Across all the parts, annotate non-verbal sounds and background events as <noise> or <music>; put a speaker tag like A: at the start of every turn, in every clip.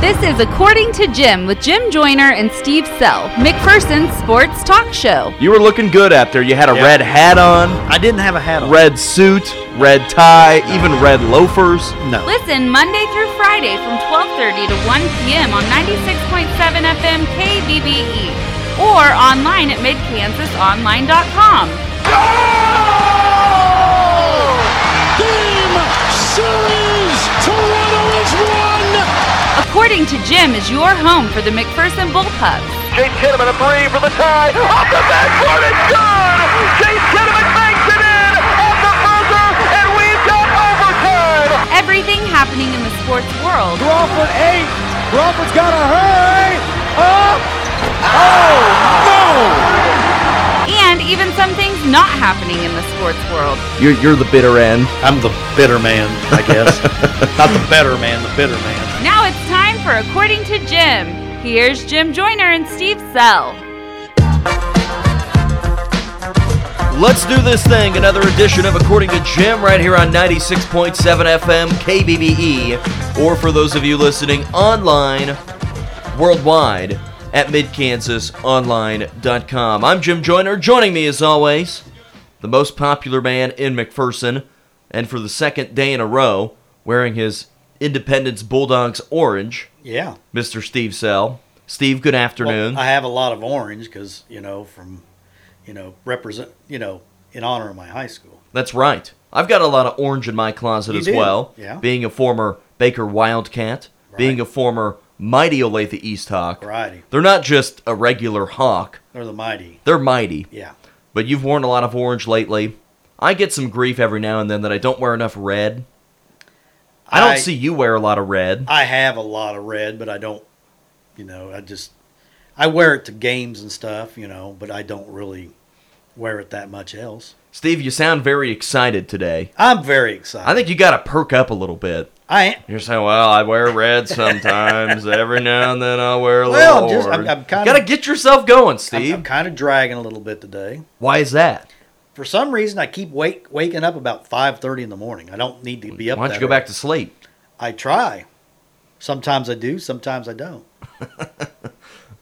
A: This is According to Jim with Jim Joyner and Steve Sell, McPherson's sports talk show.
B: You were looking good out there. You had a
C: Yeah.
B: red hat on,
C: I didn't have a hat on.
B: red suit, red tie, even red loafers.
C: No.
A: Listen Monday through Friday from 12:30 to 1 p.m. on 96.7 FM KBBE E or online at midkansasonline.com.
D: Game series. Toronto is one.
A: According to Jim is your home for the McPherson Bullpups.
E: Chase Kinnaman a three for the tie. Off the backboard, it's gone! Chase Kinnaman banks it in! Off the buzzer, and we've got overtime!
A: Everything happening in the sports world
D: Crawford eight. Crawford's got to hurry up. Oh
A: and even some things not happening in the sports world.
B: You're, you're the bitter end.
C: I'm the bitter man, I <laughs> guess. Not the better man, the bitter man.
A: Now it's time for According to Jim. Here's Jim Joyner and Steve Sell.
B: Let's do this thing. Another edition of According to Jim right here on 96.7 FM KBBE, E. or for those of you listening online worldwide at midkansasonline.com. I'm Jim Joyner. Joining me as always, the most popular man in McPherson, and for the second day in a row, wearing his Independence Bulldogs orange,
C: Yeah.
B: Mr. Steve Sell. Steve, good afternoon.
C: Well, I have a lot of orange because, you know, from, you know, represent, you know, in honor of my high school.
B: That's right. I've got a lot of orange in my closet
C: You
B: as
C: do?
B: well.
C: Yeah.
B: Being a former Baker Wildcat, being a former mighty Olathe East Hawk.
C: Variety.
B: They're not just a regular hawk,
C: Or the mighty.
B: they're mighty.
C: Yeah.
B: But you've worn a lot of orange lately. I get some grief every now and then that I don't wear enough red. I don't
C: I-
B: see you wear a lot of red.
C: I have a lot of red, but I don't, you know, I just, I wear it to games and stuff, you know, but I don't really wear it that much else.
B: Steve, you sound very excited today.
C: I'm very excited.
B: I think you got to perk up a little bit.
C: I
B: You're saying, well, I wear
C: <laughs>
B: red sometimes. every now and then I'll wear a
C: Well,
B: little
C: I'm just- I'm-
B: orange."
C: I'm kinda-
B: Gotta get yourself going, Steve.
C: I'm, I'm kind of dragging a little bit today.
B: Why is that?
C: For some reason, I keep wake waking up about five thirty in the morning. I don't need to be up.
B: Why don't
C: that
B: you go
C: early.
B: back to sleep?
C: I try. Sometimes I do. Sometimes I don't.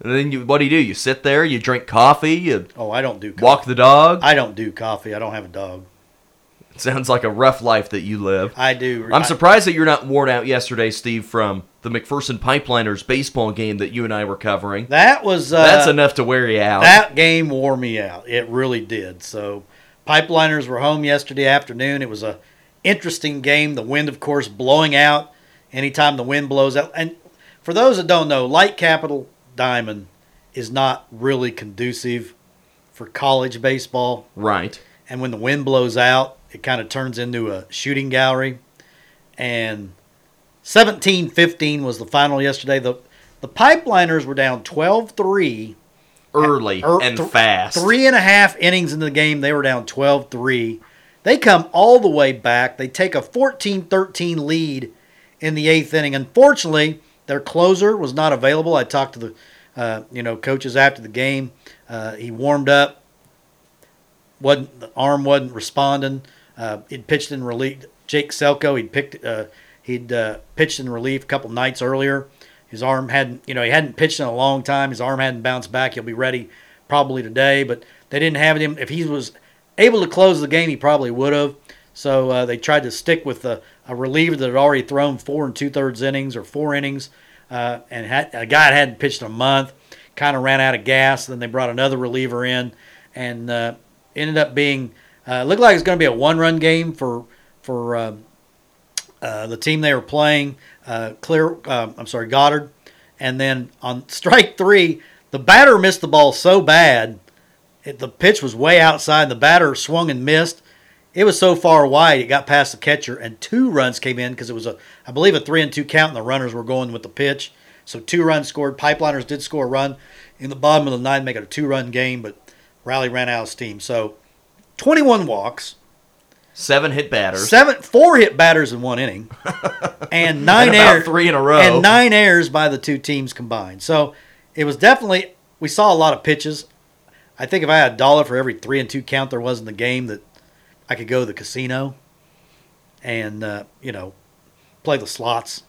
B: And then you, what do you do? You sit there, you drink coffee, you
C: Oh, I don't do. Coffee.
B: walk the dog.
C: I don't do coffee. I don't have a dog.
B: It sounds like a rough life that you live.
C: I do.
B: I'm
C: I-
B: surprised that you're not worn out yesterday, Steve, from the McPherson Pipeliners baseball game that you and I were covering.
C: that was. Uh,
B: That's enough to wear you out.
C: That game wore me out. It really did. So, pipeliners were home yesterday afternoon. It was a interesting game. The wind, of course, blowing out. Anytime the wind blows out, and for those that don't know, light capital diamond is not really conducive for college baseball.
B: right.
C: And when the wind blows out, it kind of turns into a shooting gallery. And 17-15 was the final yesterday. The the pipeliners were down 12-3
B: Early
C: Er,
B: and
C: th-
B: fast.
C: Three and a half innings into the game, they were down 12 3. They come all the way back. They take a 14 13 lead in the eighth inning. Unfortunately, their closer was not available. I talked to the uh, you know coaches after the game. Uh, he warmed up. wasn't The arm wasn't responding. Uh, he'd pitched in relief. Jake Selko, he'd picked. Uh, he'd uh, pitched in relief a couple nights earlier. His arm hadn't, you know, he hadn't pitched in a long time. His arm hadn't bounced back. He'll be ready probably today, but they didn't have him. If he was able to close the game, he probably would have. So uh, they tried to stick with a, a reliever that had already thrown four and two thirds innings or four innings, uh, and had, a guy that hadn't pitched in a month. Kind of ran out of gas. Then they brought another reliever in, and uh, ended up being uh, looked like it's going to be a one run game for for uh, uh, the team they were playing, uh, Clear, uh, I'm sorry, Goddard, and then on strike three, the batter missed the ball so bad, it, the pitch was way outside. The batter swung and missed. It was so far wide, it got past the catcher, and two runs came in because it was a, I believe, a three and two count, and the runners were going with the pitch. So two runs scored. Pipeliners did score a run in the bottom of the ninth, make it a two run game, but Raleigh ran out of steam. So 21 walks,
B: Seven hit batters.
C: seven, four hit batters in
B: <laughs>
C: one inning, and nine
B: And about
C: errors
B: three in a row.
C: and nine errors by the two teams combined. So it was definitely we saw a lot of pitches. I think if I had a dollar for every three and two count there was in the game, that I could go to the casino and uh, you know play the slots.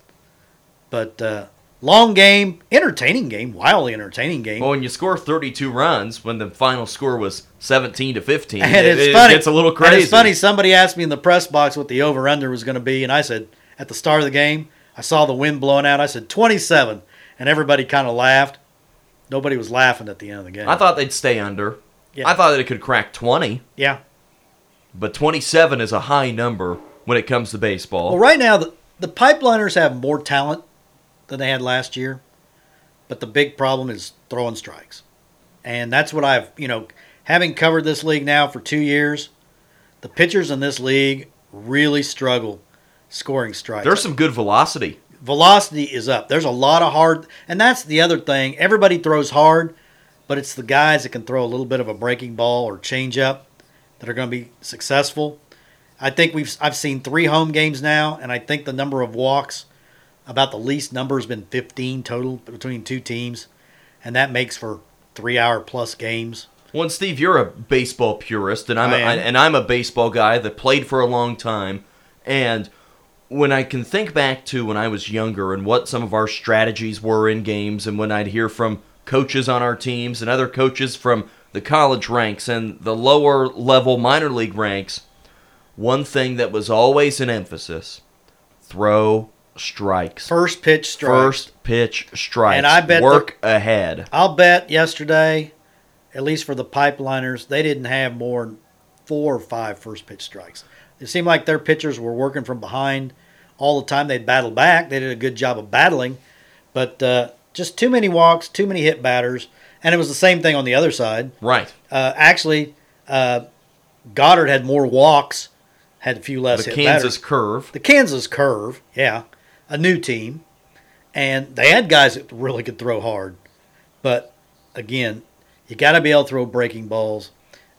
C: But uh, Long game, entertaining game, wildly entertaining game.
B: Well, when Oh, you score 32 runs when the final score was 17 to 15,
C: and
B: it,
C: it's
B: it
C: funny.
B: gets a little
C: and
B: crazy.
C: it's funny. Somebody asked me in the press box what the over under was going to be, and I said at the start of the game, I saw the wind blowing out. I said 27, and everybody kind of laughed. Nobody was laughing at the end of the game.
B: I thought they'd stay under.
C: Yeah.
B: I thought that it could crack 20,
C: yeah.
B: but 27 is a high number when it comes to baseball.
C: Well, right now the, the pipeliners have more talent than they had last year, but the big problem is throwing strikes, and that's what I've you know having covered this league now for two years, the pitchers in this league really struggle scoring strikes.
B: There's some good velocity.
C: velocity is up. There's a lot of hard, and that's the other thing. Everybody throws hard, but it's the guys that can throw a little bit of a breaking ball or change up that are going to be successful. I think we've I've seen three home games now, and I think the number of walks, about the least number has been 15 total between two teams, and that makes for three hour plus games.
B: Well, and Steve, you're a baseball purist, and I'm a,
C: I am.
B: and I'm a baseball guy that played for a long time. And when I can think back to when I was younger and what some of our strategies were in games, and when I'd hear from coaches on our teams and other coaches from the college ranks and the lower level minor league ranks, one thing that was always an emphasis: throw strikes.
C: First pitch strike.
B: First pitch strikes.
C: And I bet the-
B: work ahead.
C: I'll bet yesterday, at least for the pipeliners, they didn't have more than four or five first pitch strikes. It seemed like their pitchers were working from behind all the time. They'd battle back. They did a good job of battling, but uh, just too many walks, too many hit batters, and it was the same thing on the other side.
B: Right.
C: Uh, actually, uh, Goddard had more walks, had a few less
B: The
C: hit
B: Kansas
C: batters
B: curve.
C: the Kansas Curve, yeah, a new team, and they had guys that really could throw hard, but again, you got to be able to throw breaking balls,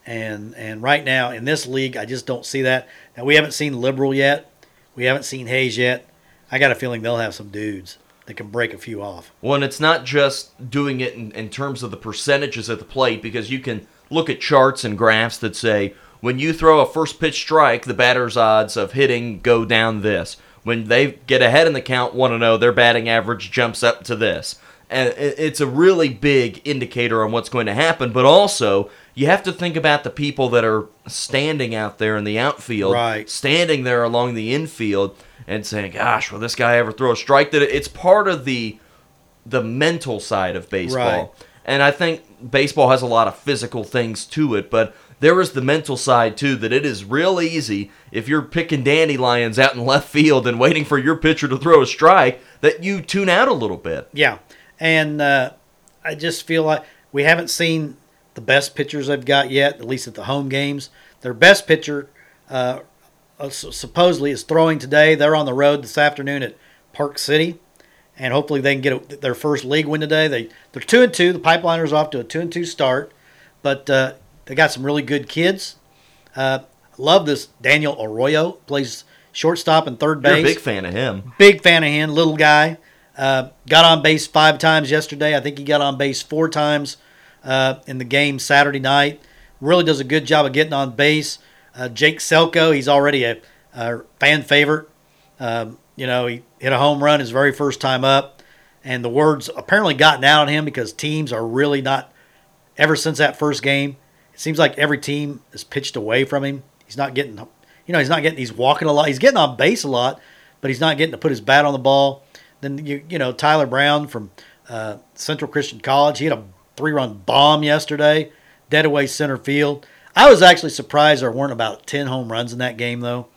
C: and and right now in this league, I just don't see that. Now we haven't seen Liberal yet, we haven't seen Hayes yet. I got a feeling they'll have some dudes that can break a few off.
B: Well, and it's not just doing it in, in terms of the percentages at the plate, because you can look at charts and graphs that say when you throw a first pitch strike, the batter's odds of hitting go down this. When they get ahead in the count 1 0, their batting average jumps up to this. And i- it's a really big indicator on what's going to happen, but also you have to think about the people that are standing out there in the outfield,
C: Right.
B: standing there along the infield, and saying, "Gosh, will this guy ever throw a strike?" That it's part of the the mental side of baseball.
C: Right.
B: And I think baseball has a lot of physical things to it, but there is the mental side too that it is real easy if you're picking dandelions out in left field and waiting for your pitcher to throw a strike that you tune out a little bit.
C: Yeah, and uh, I just feel like we haven't seen the best pitchers they've got yet, at least at the home games. Their best pitcher, uh, uh, su- supposedly, is throwing today. They're on the road this afternoon at Park City, and hopefully they can get a, their first league win today. They they're two and two. The Pipeliners off to a two and two start, but uh, they got some really good kids. Uh, love this Daniel Arroyo plays shortstop and third base
B: You're a big fan of him.
C: big fan of him, little guy. Uh, got on base five times yesterday. I think he got on base four times uh, in the game Saturday night. Really does a good job of getting on base. Uh, Jake Selko, he's already a, a fan favorite. Um, you know, he hit a home run his very first time up, and the words apparently gotten out on him because teams are really not. Ever since that first game, it seems like every team is pitched away from him. He's not getting, you know, he's not getting. He's walking a lot. He's getting on base a lot, but he's not getting to put his bat on the ball. Then you, you know, Tyler Brown from uh, Central Christian College, he had a three-run bomb yesterday, dead away center field. I was actually surprised there weren't about ten home runs in that game though,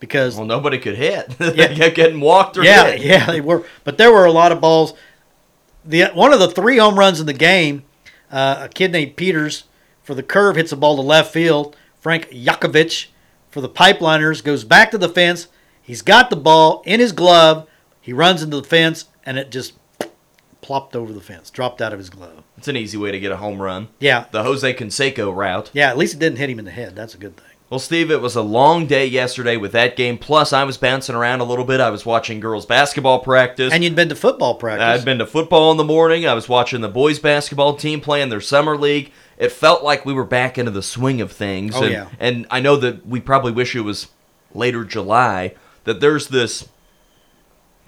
C: because
B: Well, nobody could hit. <laughs> they kept getting walked or
C: yeah,
B: hit.
C: yeah, they were. But there were a lot of balls. The one of the three home runs in the game, uh, a kid named Peters for the curve hits a ball to left field. Frank Yakovich for the Pipeliners goes back to the fence. He's got the ball in his glove. He runs into the fence and it just plopped over the fence, dropped out of his glove.
B: It's an easy way to get a home run.
C: Yeah,
B: The Jose Canseco route.
C: yeah. At least it didn't hit him in the head. That's a good thing.
B: Well, Steve, it was a long day yesterday with that game. Plus, I was bouncing around a little bit. I was watching girls basketball practice.
C: And you'd been to football practice.
B: I'd been to football in the morning. I was watching the boys basketball team playing their summer league. It felt like we were back into the swing of things.
C: Oh,
B: and,
C: yeah.
B: and I know that we probably wish it was later July, that there's this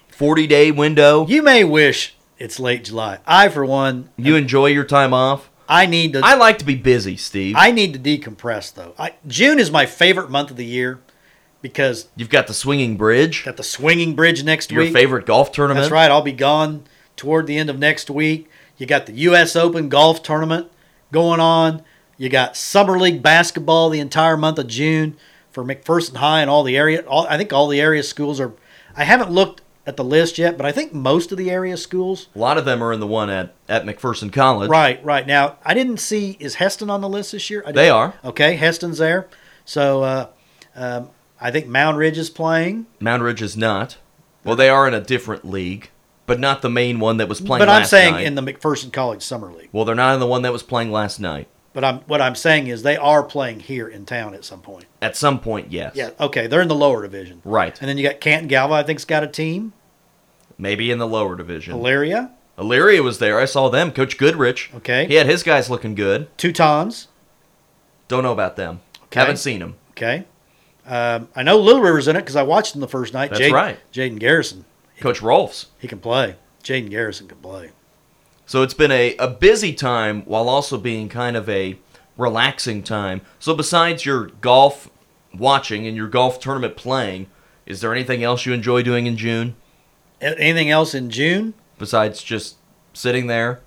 B: 40 day window.
C: You may wish It's late July. I, for one,
B: You enjoy your time off?
C: I need to.
B: I like to be busy, Steve.
C: I need to decompress though. I, June is my favorite month of the year because
B: You've got the swinging bridge,
C: got the swinging bridge next
B: your
C: week.
B: favorite golf tournament.
C: That's right. I'll be gone toward the end of next week. You got the U.S. Open golf tournament going on. You got summer league basketball the entire month of June for McPherson High and all the area. All, I think all the area schools are. I haven't looked at the list yet, but I think most of the area schools.
B: A lot of them are in the one at, at McPherson College.
C: Right, right. Now I didn't see is Heston on the list this year. I
B: They
C: didn't-
B: are.
C: Okay, Heston's there. So uh, um, I think Mound Ridge is playing.
B: Mound Ridge is not. Well, they are in a different league, but not the main one that was playing
C: but
B: last
C: I'm saying
B: night.
C: in the McPherson College Summer League.
B: well, they're not in the one that was playing last night.
C: But I'm what I'm saying is they are playing here in town at some point.
B: At some point, yes.
C: Yeah. Okay, they're in the lower division.
B: Right.
C: And then you got Canton Galva. I think's got a team.
B: Maybe in the lower division.
C: Valeria,
B: Illyria was there. I saw them. Coach Goodrich.
C: Okay.
B: He had his guys looking good.
C: Teutons.
B: Don't know about them.
C: Okay.
B: Haven't seen them.
C: Okay. Um, I know Little River's in it because I watched them the first night.
B: That's
C: Jaden-
B: right.
C: Jaden Garrison,
B: Coach Rolfs.
C: he can play. Jaden Garrison can play.
B: So it's been a, a busy time while also being kind of a relaxing time. So besides your golf watching and your golf tournament playing, is there anything else you enjoy doing in June
C: A- Anything else in June?
B: besides just sitting there?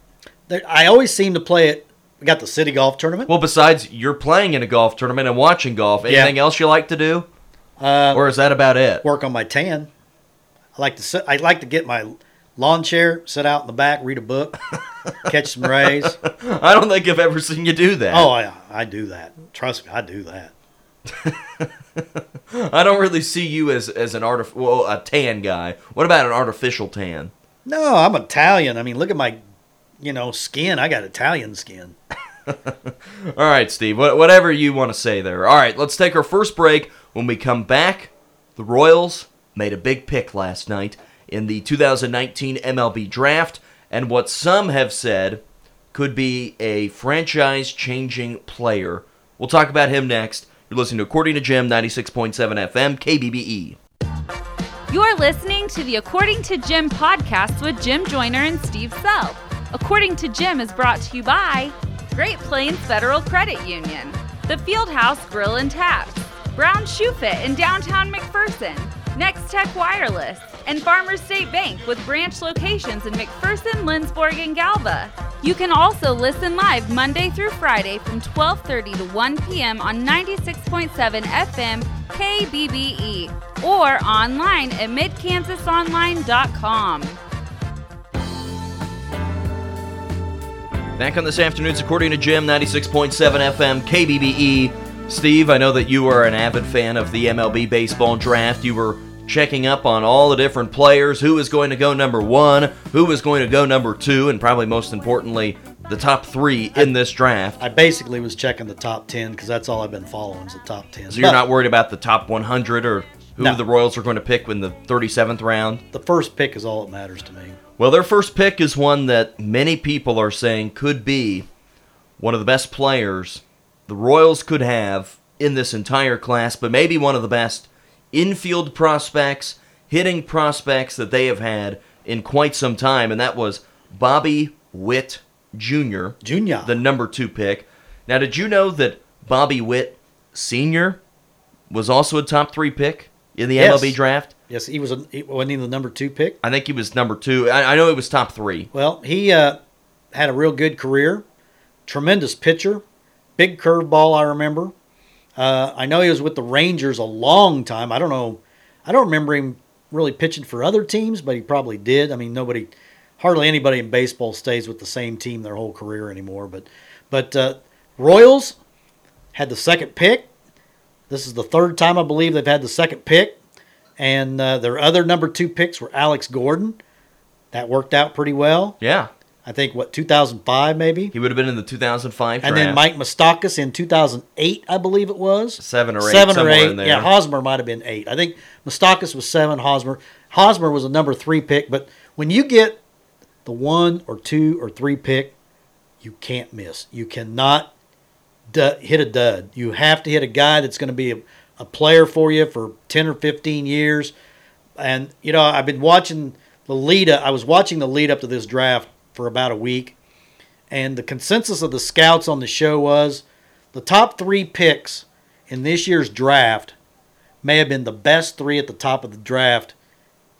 C: There, I always seem to play it. We got the city golf tournament.
B: Well, besides you're playing in a golf tournament and watching golf,
C: Yeah.
B: anything else you like to do?
C: Uh,
B: or is that about it?
C: work on my tan. I like to sit, I like to get my lawn chair, sit out in the back, read
B: <laughs>
C: a book, catch some rays.
B: I don't think I've ever seen you do that.
C: Oh, I, I do that. Trust me, I do that.
B: I don't really see you as as an artif- well, a tan guy. What about an artificial tan?
C: No, I'm Italian. I mean, look at my, you know, skin. I got Italian skin.
B: All right, Steve, wha- whatever you want to say there. All right, let's take our first break. When we come back, the Royals made a big pick last night in the 2019 MLB draft, and what some have said could be a franchise changing player. We'll talk about him next. You're listening to According to Jim 96.7 FM, KBBE.
A: You're listening to the According to Jim podcast with Jim Joyner and Steve Self. According to Jim is brought to you by Great Plains Federal Credit Union, The Fieldhouse Grill and Taps, Brown Shoe Fit in downtown McPherson, Next Tech Wireless, and Farmers State Bank with branch locations in McPherson, Lindsborg, and Galva. You can also listen live Monday through Friday from 12:30 to 1 p.m. on 96.7 FM KBBE E or online at midkansasonline.com.
B: Back on this afternoon's According to Jim, 96.7 FM, KBBE. E. Steve, I know that you are an avid fan of the MLB baseball draft. You were checking up on all the different players who is going to go number one, who is going to go number two, and probably most importantly, the top three in this draft.
C: I basically was checking the top 10 because that's all I've been following is the top 10.
B: So you're
C: But
B: not worried about the top 100 or who
C: No.
B: the Royals are going to pick in the 37th round?
C: the first pick is all that matters to me.
B: Well, their first pick is one that many people are saying could be one of the best players the Royals could have in this entire class, but maybe one of the best infield prospects, hitting prospects that they have had in quite some time, and that was Bobby Witt Jr.,
C: Junior.
B: the number two pick. Now, did you know that Bobby Witt Sr. was also a top three pick in the
C: Yes.
B: MLB draft?
C: yes, he was, a, he, wasn't he the number two pick?
B: I think he was number two. I, I know he was top three.
C: Well, he uh, had a real good career. Tremendous pitcher. Big curveball, I remember. Uh, I know he was with the Rangers a long time. I don't know. I don't remember him really pitching for other teams, but he probably did. I mean, nobody, hardly anybody in baseball stays with the same team their whole career anymore. But, but uh, Royals had the second pick. This is the third time I believe they've had the second pick, and uh, their other number two picks were Alex Gordon. That worked out pretty well.
B: Yeah.
C: I think what 2005 maybe,
B: He would have been in the 2005
C: and
B: draft.
C: then Mike Mostakis in 2008, I believe it was
B: Seven or eight,
C: seven or
B: somewhere
C: eight.
B: in there.
C: Yeah, Hosmer might have been eight. I think Mostakis was seven. Hosmer, Hosmer was a number three pick. But when you get the one or two or three pick, you can't miss. You cannot du- hit a dud. You have to hit a guy that's going to be a, a player for you for ten or fifteen years. And you know, I've been watching the lead up, I was watching the lead up to this draft for about a week, and the consensus of the scouts on the show was the top three picks in this year's draft may have been the best three at the top of the draft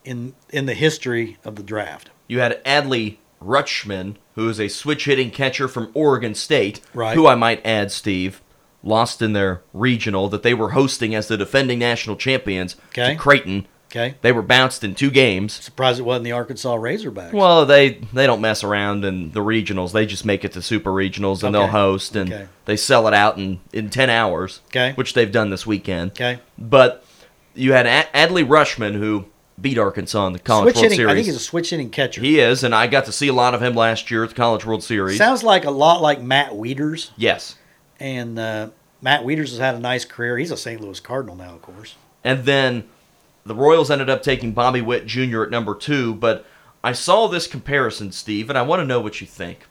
C: in in the history of the draft.
B: You had Adley Rutschman, who is a switch hitting catcher from Oregon State,
C: Right.
B: who I might add, Steve, lost in their regional that they were hosting as the defending national champions
C: Okay.
B: to Creighton.
C: Okay,
B: They were bounced in two games.
C: surprised it wasn't the Arkansas Razorbacks.
B: Well, they they don't mess around in the regionals. They just make it to super regionals and
C: Okay.
B: they'll host and
C: Okay.
B: they sell it out in in 10 hours,
C: Okay.
B: which they've done this weekend.
C: okay,
B: But you had Ad- Adley Rushman who beat Arkansas in the College
C: switch
B: World
C: hitting.
B: Series.
C: I think he's a switch hitting catcher.
B: he is, and I got to see a lot of him last year at the College World Series.
C: Sounds like a lot like Matt Wieters,
B: yes.
C: and uh, Matt Wieters has had a nice career. He's a St. Louis Cardinal now, of course.
B: And then the Royals ended up taking Bobby Witt Jr. at number two. But I saw this comparison, Steve, and I want to know what you think.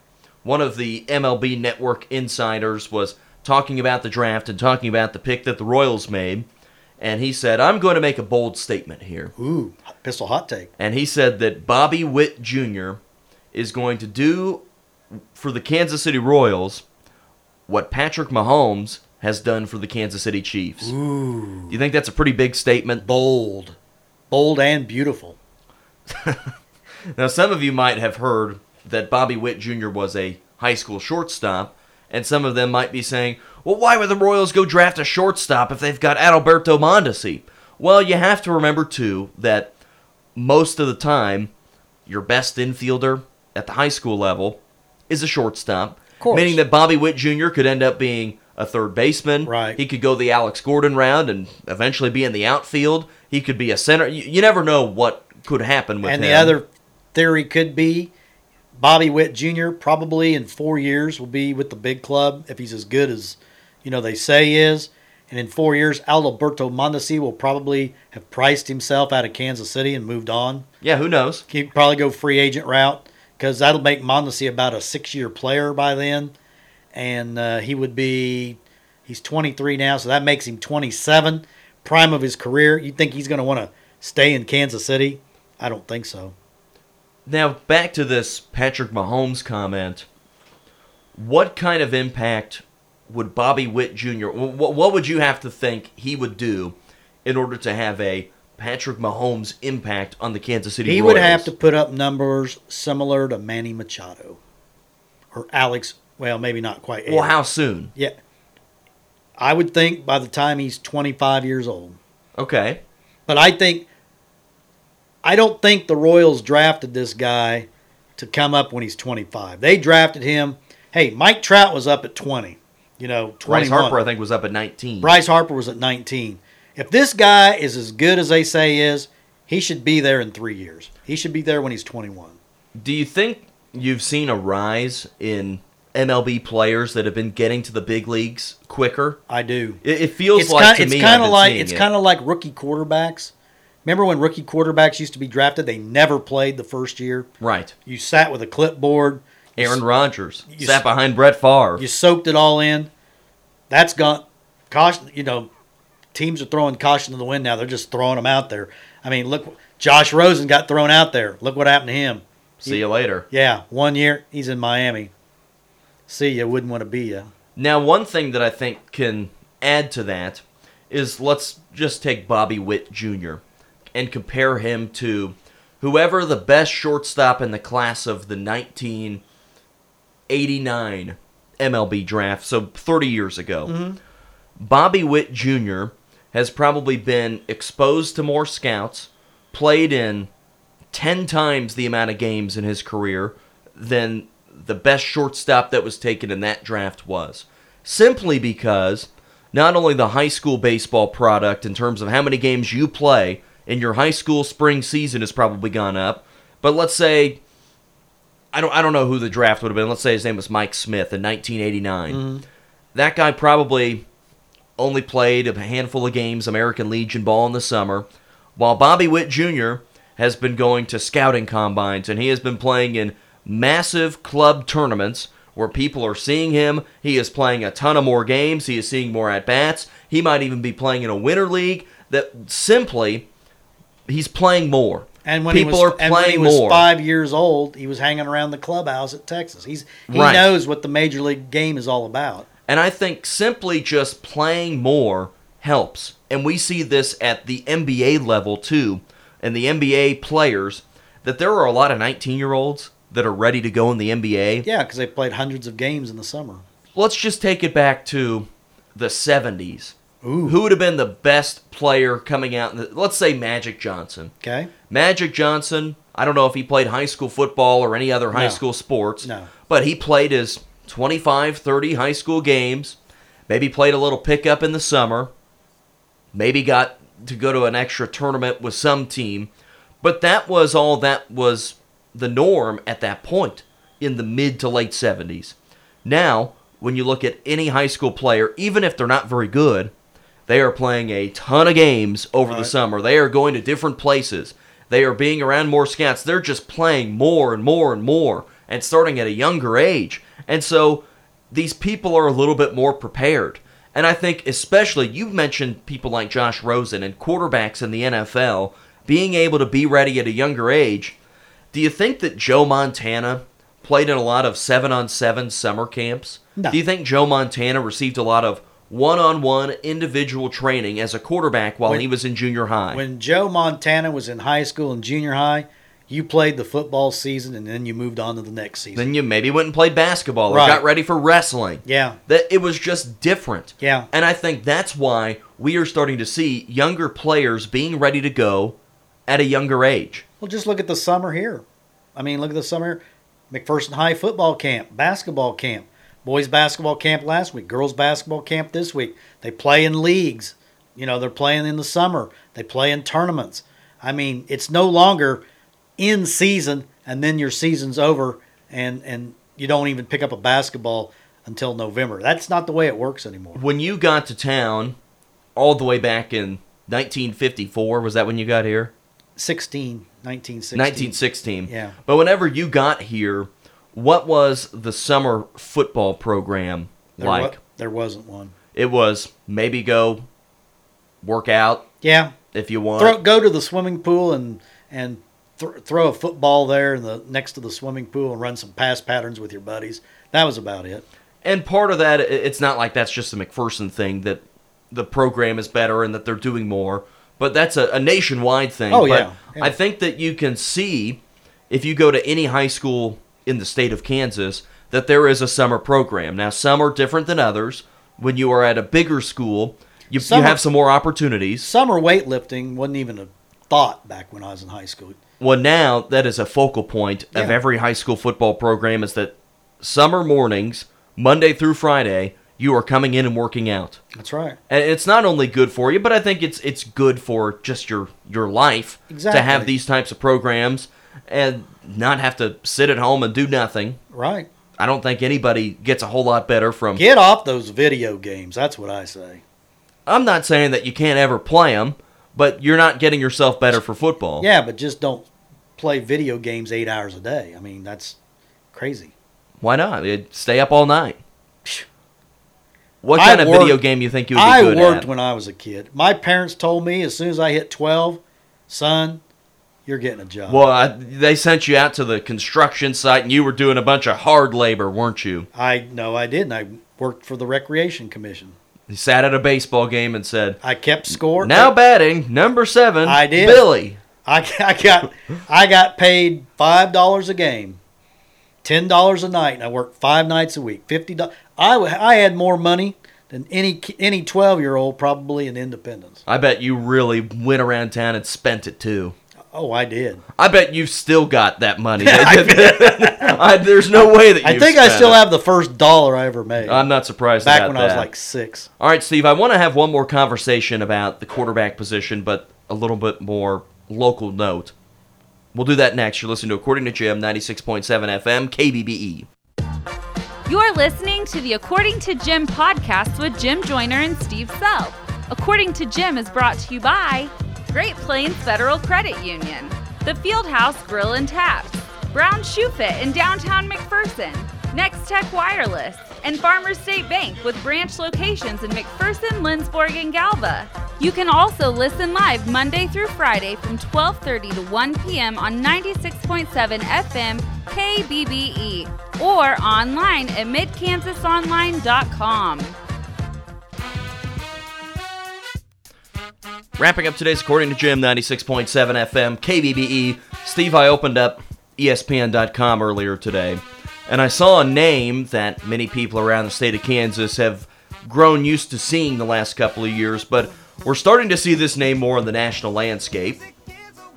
B: One of the MLB network insiders was talking about the draft and talking about the pick that the Royals made. And he said, I'm going to make a bold statement here.
C: Ooh, pistol hot take.
B: And he said that Bobby Witt Jr. is going to do for the Kansas City Royals what Patrick Mahomes has done for the Kansas City Chiefs. Ooh. You think that's a pretty big statement?
C: Bold, bold and beautiful.
B: Now, some of you might have heard that Bobby Witt Jr. was a high school shortstop, and some of them might be saying, well, why would the Royals go draft a shortstop if they've got Adalberto Mondesi? Well, you have to remember, too, that most of the time, your best infielder at the high school level is a shortstop.
C: course.
B: Meaning that Bobby Witt Jr. could end up being a third baseman.
C: Right.
B: He could go the Alex Gordon round and eventually be in the outfield. He could be a center. You, you never know what could happen with
C: and
B: him.
C: the other theory could be Bobby Witt Jr. probably in four years will be with the big club if he's as good as you know they say he is. And in four years, Alberto Mondesi will probably have priced himself out of Kansas City and moved on.
B: Yeah, who knows?
C: He probably go free agent route because that'll make Mondesi about a six-year player by then, and uh, he would be he's 23 now, so that makes him 27, prime of his career. You think he's going to want to stay in Kansas City? I don't think so.
B: Now, back to this Patrick Mahomes comment. What kind of impact would Bobby Witt Jr., wh- wh- what would you have to think he would do in order to have a Patrick Mahomes impact on the Kansas City
C: He
B: Royals?
C: would have to put up numbers similar to Manny Machado or Alex. Well, maybe not quite.
B: Well,
C: Aaron.
B: how soon?
C: Yeah, I would think by the time he's 25 years old.
B: Okay.
C: But I think I don't think the Royals drafted this guy to come up when he's 25. They drafted him. Hey, Mike Trout was up at 20. You know, 21.
B: Bryce Harper, I think, was up at 19.
C: Bryce Harper was at 19. If this guy is as good as they say he is, he should be there in three years. He should be there when he's 21.
B: Do you think you've seen a rise in MLB players that have been getting to the big leagues quicker?
C: I do.
B: It, it feels
C: it's
B: like
C: kind,
B: to
C: it's
B: me.
C: kind of
B: I've
C: like
B: been
C: it's kind of like rookie quarterbacks. Remember when rookie quarterbacks used to be drafted? They never played the first year.
B: right.
C: You sat with a clipboard. You
B: Aaron Rodgers
C: you
B: sat
C: s-
B: behind Brett Favre.
C: you soaked it all in. That's gone. Caution, you know, teams are throwing caution to the wind now. They're just throwing them out there. I mean, look, Josh Rosen got thrown out there. Look what happened to him.
B: See you later.
C: Yeah, one year he's in Miami. See ya, wouldn't want to be ya.
B: Now, one thing that I think can add to that is let's just take Bobby Witt Jr. and compare him to whoever the best shortstop in the class of the 1989 MLB draft, so 30 years ago.
C: Mm-hmm.
B: Bobby Witt Jr. has probably been exposed to more scouts, played in 10 times the amount of games in his career than the best shortstop that was taken in that draft was. Simply because not only the high school baseball product in terms of how many games you play in your high school spring season has probably gone up, but let's say I don't I don't know who the draft would have been. Let's say his name was Mike Smith in 1989.
C: Mm-hmm.
B: That guy probably only played a handful of games American Legion ball in the summer, while Bobby Witt Jr. has been going to scouting combines and he has been playing in massive club tournaments where people are seeing him. He is playing a ton of more games, he is seeing more at bats. He might even be playing in a winter league that simply he's playing more.
C: And when
B: People
C: he was,
B: are
C: and when he
B: playing
C: was
B: more.
C: five years old, he was hanging around the clubhouse at Texas. He's he
B: Right.
C: knows what the major league game is all about.
B: And I think simply just playing more helps. And we see this at the NBA level too, and the NBA players, that there are a lot of 19 year olds that are ready to go in the NBA.
C: Yeah, because they played hundreds of games in the summer.
B: Let's just take it back to the 70s.
C: Ooh.
B: Who would have been the best player coming out? In the, let's say Magic Johnson.
C: Okay,
B: Magic Johnson, I don't know if he played high school football or any other high
C: No.
B: school sports,
C: No.
B: but he played his 25, 30 high school games, maybe played a little pickup in the summer, maybe got to go to an extra tournament with some team, but that was all that was the norm at that point in the mid to late 70s. Now, when you look at any high school player, even if they're not very good, they are playing a ton of games over the summer. They are going to different places. They are being around more scouts. They're just playing more and more and more and starting at a younger age. And so these people are a little bit more prepared. And I think, especially, you mentioned people like Josh Rosen and quarterbacks in the NFL being able to be ready at a younger age. Do you think that Joe Montana played in a lot of seven on seven summer camps?
C: No.
B: Do you think Joe Montana received a lot of one on one individual training as a quarterback while
C: When-
B: he was in junior high?
C: when Joe Montana was in high school and junior high, you played the football season and then you moved on to the next season.
B: then you maybe went and played basketball or
C: Right.
B: got ready for wrestling.
C: yeah,
B: That it was just different.
C: Yeah.
B: And I think that's why we are starting to see younger players being ready to go at a younger age.
C: Well, just look at the summer here. I mean, look at the summer. here. McPherson High football camp, basketball camp, boys basketball camp last week, girls basketball camp this week. They play in leagues. You know, they're playing in the summer. They play in tournaments. I mean, it's no longer in season and then your season's over and and you don't even pick up a basketball until November. That's not the way it works anymore.
B: When you got to town all the way back in 1954, was that when you got here?
C: 16, 1916.
B: 1916.
C: Yeah.
B: But whenever you got here, what was the summer football program
C: There wa-
B: like?
C: there wasn't one.
B: It was maybe go work out
C: Yeah,
B: if you want.
C: throw, go to the swimming pool and and th- throw a football there in the next to the swimming pool and run some pass patterns with your buddies. That was about it.
B: And part of that, i- it's not like that's just a McPherson thing that the program is better and that they're doing more, but that's a, a nationwide thing.
C: Oh,
B: But
C: yeah, yeah.
B: I think that you can see if you go to any high school in the state of Kansas that there is a summer program. Now, some are different than others. When you are at a bigger school, you, you
C: Some are-
B: have some more opportunities.
C: Summer weightlifting wasn't even a thought back when I was in high school.
B: Well, now that is a focal point of
C: Yeah.
B: every high school football program is that summer mornings, Monday through Friday, you are coming in and working out.
C: That's right.
B: And it's not only good for you, but I think it's it's good for just your your life
C: Exactly.
B: to have these types of programs and not have to sit at home and do nothing.
C: Right.
B: I don't think anybody gets a whole lot better from.
C: Get off those video games. That's what I say.
B: I'm not saying that you can't ever play them, but you're not getting yourself better for football.
C: Yeah, but just don't play video games eight hours a day. I mean, that's crazy.
B: Why not? It, stay up all night.
C: Phew.
B: What
C: I
B: kind of video
C: worked-
B: game you think you would be
C: I
B: good
C: worked
B: at?
C: when I was a kid. My parents told me as soon as I hit 12, son, you're getting a job.
B: well, I, they sent you out to the construction site, and you were doing a bunch of hard labor, weren't you?
C: I no, I didn't. I worked for the Recreation Commission.
B: You sat at a baseball game and said,
C: I kept score.
B: Now batting number seven,
C: I did.
B: Billy.
C: I, I got I got paid five dollars a game, ten dollars a night, and I worked five nights a week. Fifty dollars. I wa- I had more money than any ki- any twelve year old probably in Independence.
B: I bet you really went around town and spent it too.
C: Oh, I did.
B: I bet you've still got that
C: <laughs>
B: money. <laughs> I- there's no way that you
C: I think I still have the first dollar I ever made.
B: I'm not surprised
C: back
B: about
C: when I was
B: that.
C: like six.
B: All right, Steve, I want to have one more conversation about the quarterback position, but a little bit more local note. We'll do that next. You're listening to According to Jim, 96.7 FM, KBBE.
A: You're listening to the According to Jim podcast with Jim Joyner and Steve Self. According to Jim is brought to you by Great Plains Federal Credit Union, The Field House Grill and Taps, Brown Shoe Fit in downtown McPherson, Next Tech Wireless, and Farmer State Bank with branch locations in McPherson, Lindsborg, and Galva. You can also listen live Monday through Friday from 12:30 to 1 p.m. on 96.7 FM KBBE E or online at midkansasonline.com.
B: Wrapping up today's According to Jim 96.7 FM, KBBE. E. Steve, I opened up E ESPN.com earlier today, and I saw a name that many people around the state of Kansas have grown used to seeing the last couple of years, but we're starting to see this name more in the national landscape.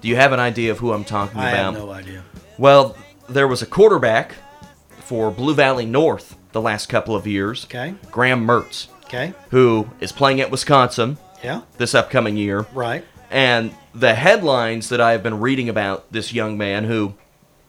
B: Do you have an idea of who I'm talking
C: I
B: about?
C: have no idea.
B: Well, there was a quarterback for Blue Valley North the last couple of years,
C: Okay.
B: Graham Mertz,
C: Okay.
B: who is playing at Wisconsin
C: Yeah.
B: this upcoming year.
C: Right.
B: And the headlines that I've been reading about this young man who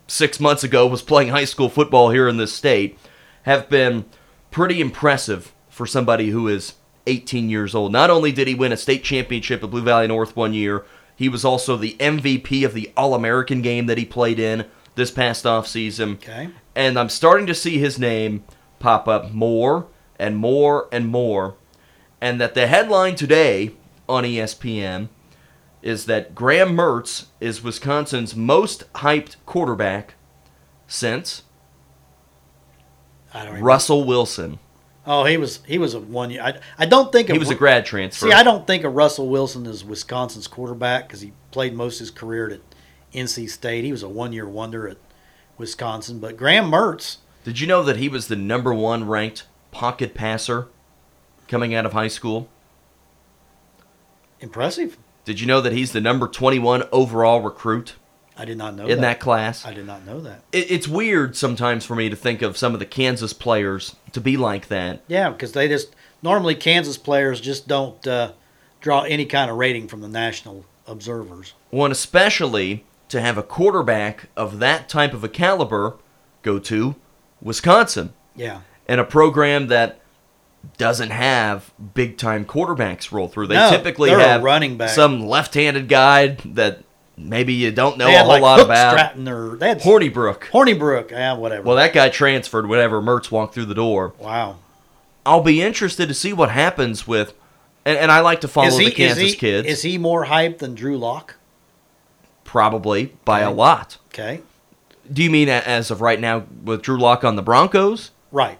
B: six months ago was playing high school football here in this state have been pretty impressive for somebody who is 18 years old. Not only did he win a state championship at Blue Valley North one year, he was also the MVP of the All American game that he played in this past offseason.
C: Okay.
B: And I'm starting to see his name pop up more and more and more. And that the headline today on E ESPN is that Graham Mertz is Wisconsin's most hyped quarterback since
C: I don't remember.
B: Russell Wilson.
C: Oh, he was he was a one year. I, I don't think
B: He
C: of
B: was
C: Ru-
B: a grad transfer.
C: See, I don't think of Russell Wilson as Wisconsin's quarterback because he played most of his career at NC State. He was a one year wonder at Wisconsin. But Graham Mertz,
B: Did you know that he was the number one ranked pocket passer coming out of high school?
C: impressive.
B: Did you know that he's the number 21 overall recruit
C: I did not know
B: in that class?
C: I did not know that.
B: It- It's weird sometimes for me to think of some of the Kansas players to be like that.
C: Yeah, because they just normally Kansas players just don't uh, draw any kind of rating from the national observers.
B: One especially to have a quarterback of that type of a caliber go to Wisconsin.
C: Yeah.
B: and a program that doesn't have big time quarterbacks roll through. They
C: No,
B: typically
C: they're a
B: have
C: running back.
B: some left handed guy that maybe you don't know
C: they
B: a
C: had
B: whole
C: like
B: lot
C: Hook
B: about.
C: Stratton or they had
B: Hornibrook.
C: Hornibrook. Yeah, whatever.
B: Well, that guy transferred whenever Mertz walked through the door.
C: wow.
B: I'll be interested to see what happens with, and, and I like to follow the Kansas
C: is he,
B: kids,
C: Is he more hyped than Drew Locke?
B: probably by a lot.
C: Okay.
B: Do you mean a- as of right now with Drew Lock on the Broncos?
C: Right.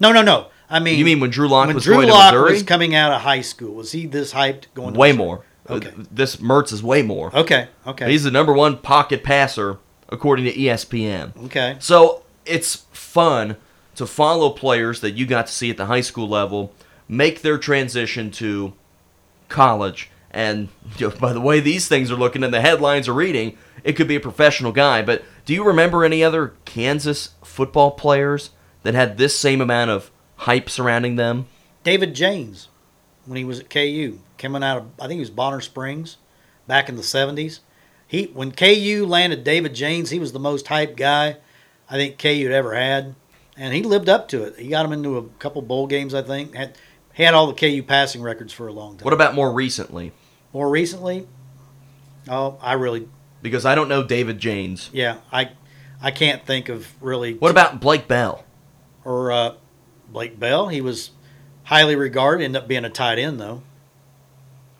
C: No, no, no. I mean,
B: You mean when Drew Lock
C: when
B: was
C: Drew
B: going
C: Lock
B: to Missouri?
C: was coming out of high school, was he this hyped going? to
B: way
C: Missouri?
B: more.
C: Okay.
B: Uh, This Mertz is way more.
C: Okay. Okay.
B: He's the number one pocket passer, according to E ESPN.
C: okay.
B: So it's fun to follow players that you got to see at the high school level make their transition to college. And <laughs> you know, by the way, these things are looking and the headlines are reading, it could be a professional guy. But do you remember any other Kansas football players that had this same amount of hype surrounding them?
C: David James, when he was at KU, coming out of I think he was Bonner Springs, back in the seventies. He when KU landed David James, he was the most hyped guy I think KU had ever had, and he lived up to it. He got him into a couple bowl games, I think. Had he had all the KU passing records for a long time.
B: What about more recently?
C: More recently, oh, I really,
B: Because I don't know David James.
C: yeah, I, I can't think of really.
B: What about Blake Bell?
C: or uh, Blake Bell? He was highly regarded. Ended up being a tight end though.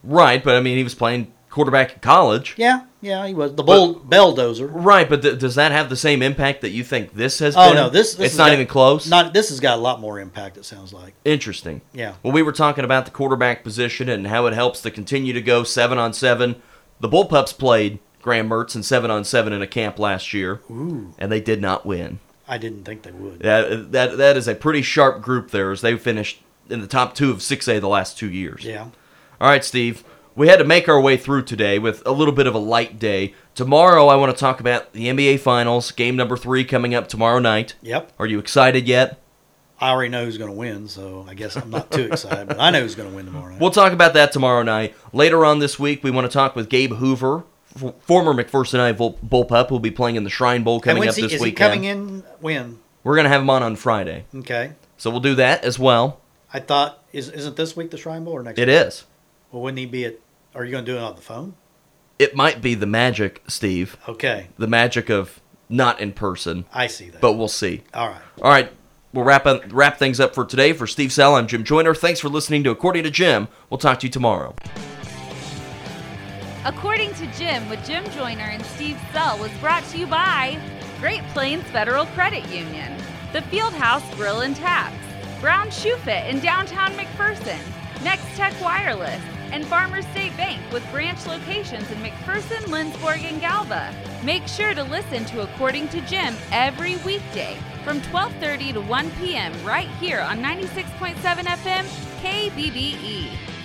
B: Right, but I mean, he was playing quarterback in college.
C: Yeah, yeah, he was the bull belldozer.
B: Right, but th- does that have the same impact that you think this has
C: Oh
B: been?
C: no, this, this
B: it's
C: has
B: not
C: got-
B: even close.
C: Not this has got a lot more impact. It sounds like.
B: interesting.
C: Yeah,
B: Well, we were talking about the quarterback position and how it helps to continue to go seven on seven. The Bullpups played Graham Mertz and seven on seven in a camp last year, and they did not win.
C: I didn't think they would.
B: That, that that is a pretty sharp group there, as they finished in the top two of six A the last two years.
C: Yeah,
B: All right, Steve. We had to make our way through today with a little bit of a light day. Tomorrow, I want to talk about the NBA Finals, game number three coming up tomorrow night.
C: yep.
B: Are you excited yet?
C: I already know who's going to win, so I guess I'm not too excited. But I know who's going to win tomorrow. Night.
B: We'll talk about that tomorrow night. Later on this week, we want to talk with Gabe Hoover, f- former McPherson I Bull- Bullpup, who'll be playing in the Shrine Bowl
C: and
B: coming
C: when's
B: up
C: he,
B: this
C: is he
B: weekend.
C: coming in? When?
B: We're going to have him on on Friday.
C: Okay.
B: So we'll do that as well.
C: I thought is isn't this week the Shrine Bowl or next?
B: It
C: week?
B: is.
C: Well, wouldn't he be at? Are you going to do it on the phone?
B: It might be the magic, Steve,
C: Okay,
B: the magic of not in person,
C: I see that.
B: but we'll see.
C: all right.
B: All right. We'll wrap, up, wrap things up for today. For Steve Sell, I'm Jim Joyner. Thanks for listening to According to Jim. We'll talk to you tomorrow.
A: According to Jim, with Jim Joyner and Steve Sell, was brought to you by Great Plains Federal Credit Union, The Fieldhouse Grill and Taps, Brown Shoe Fit in downtown McPherson, Next Tech Wireless, and Farmer State Bank with branch locations in McPherson, Lindsborg, and Galva. Make sure to listen to According to Jim every weekday from 12:30 to 1 p.m. right here on 96.7 FM KBBE.